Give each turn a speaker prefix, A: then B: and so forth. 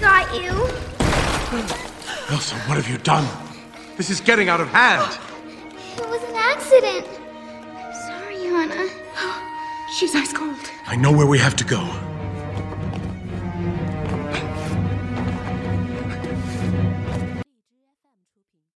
A: got you.
B: Elsa, what have you done? This is getting out of hand.
A: It was an accident. I'm sorry, Anna.
C: She's ice cold.
B: I know where we have to go.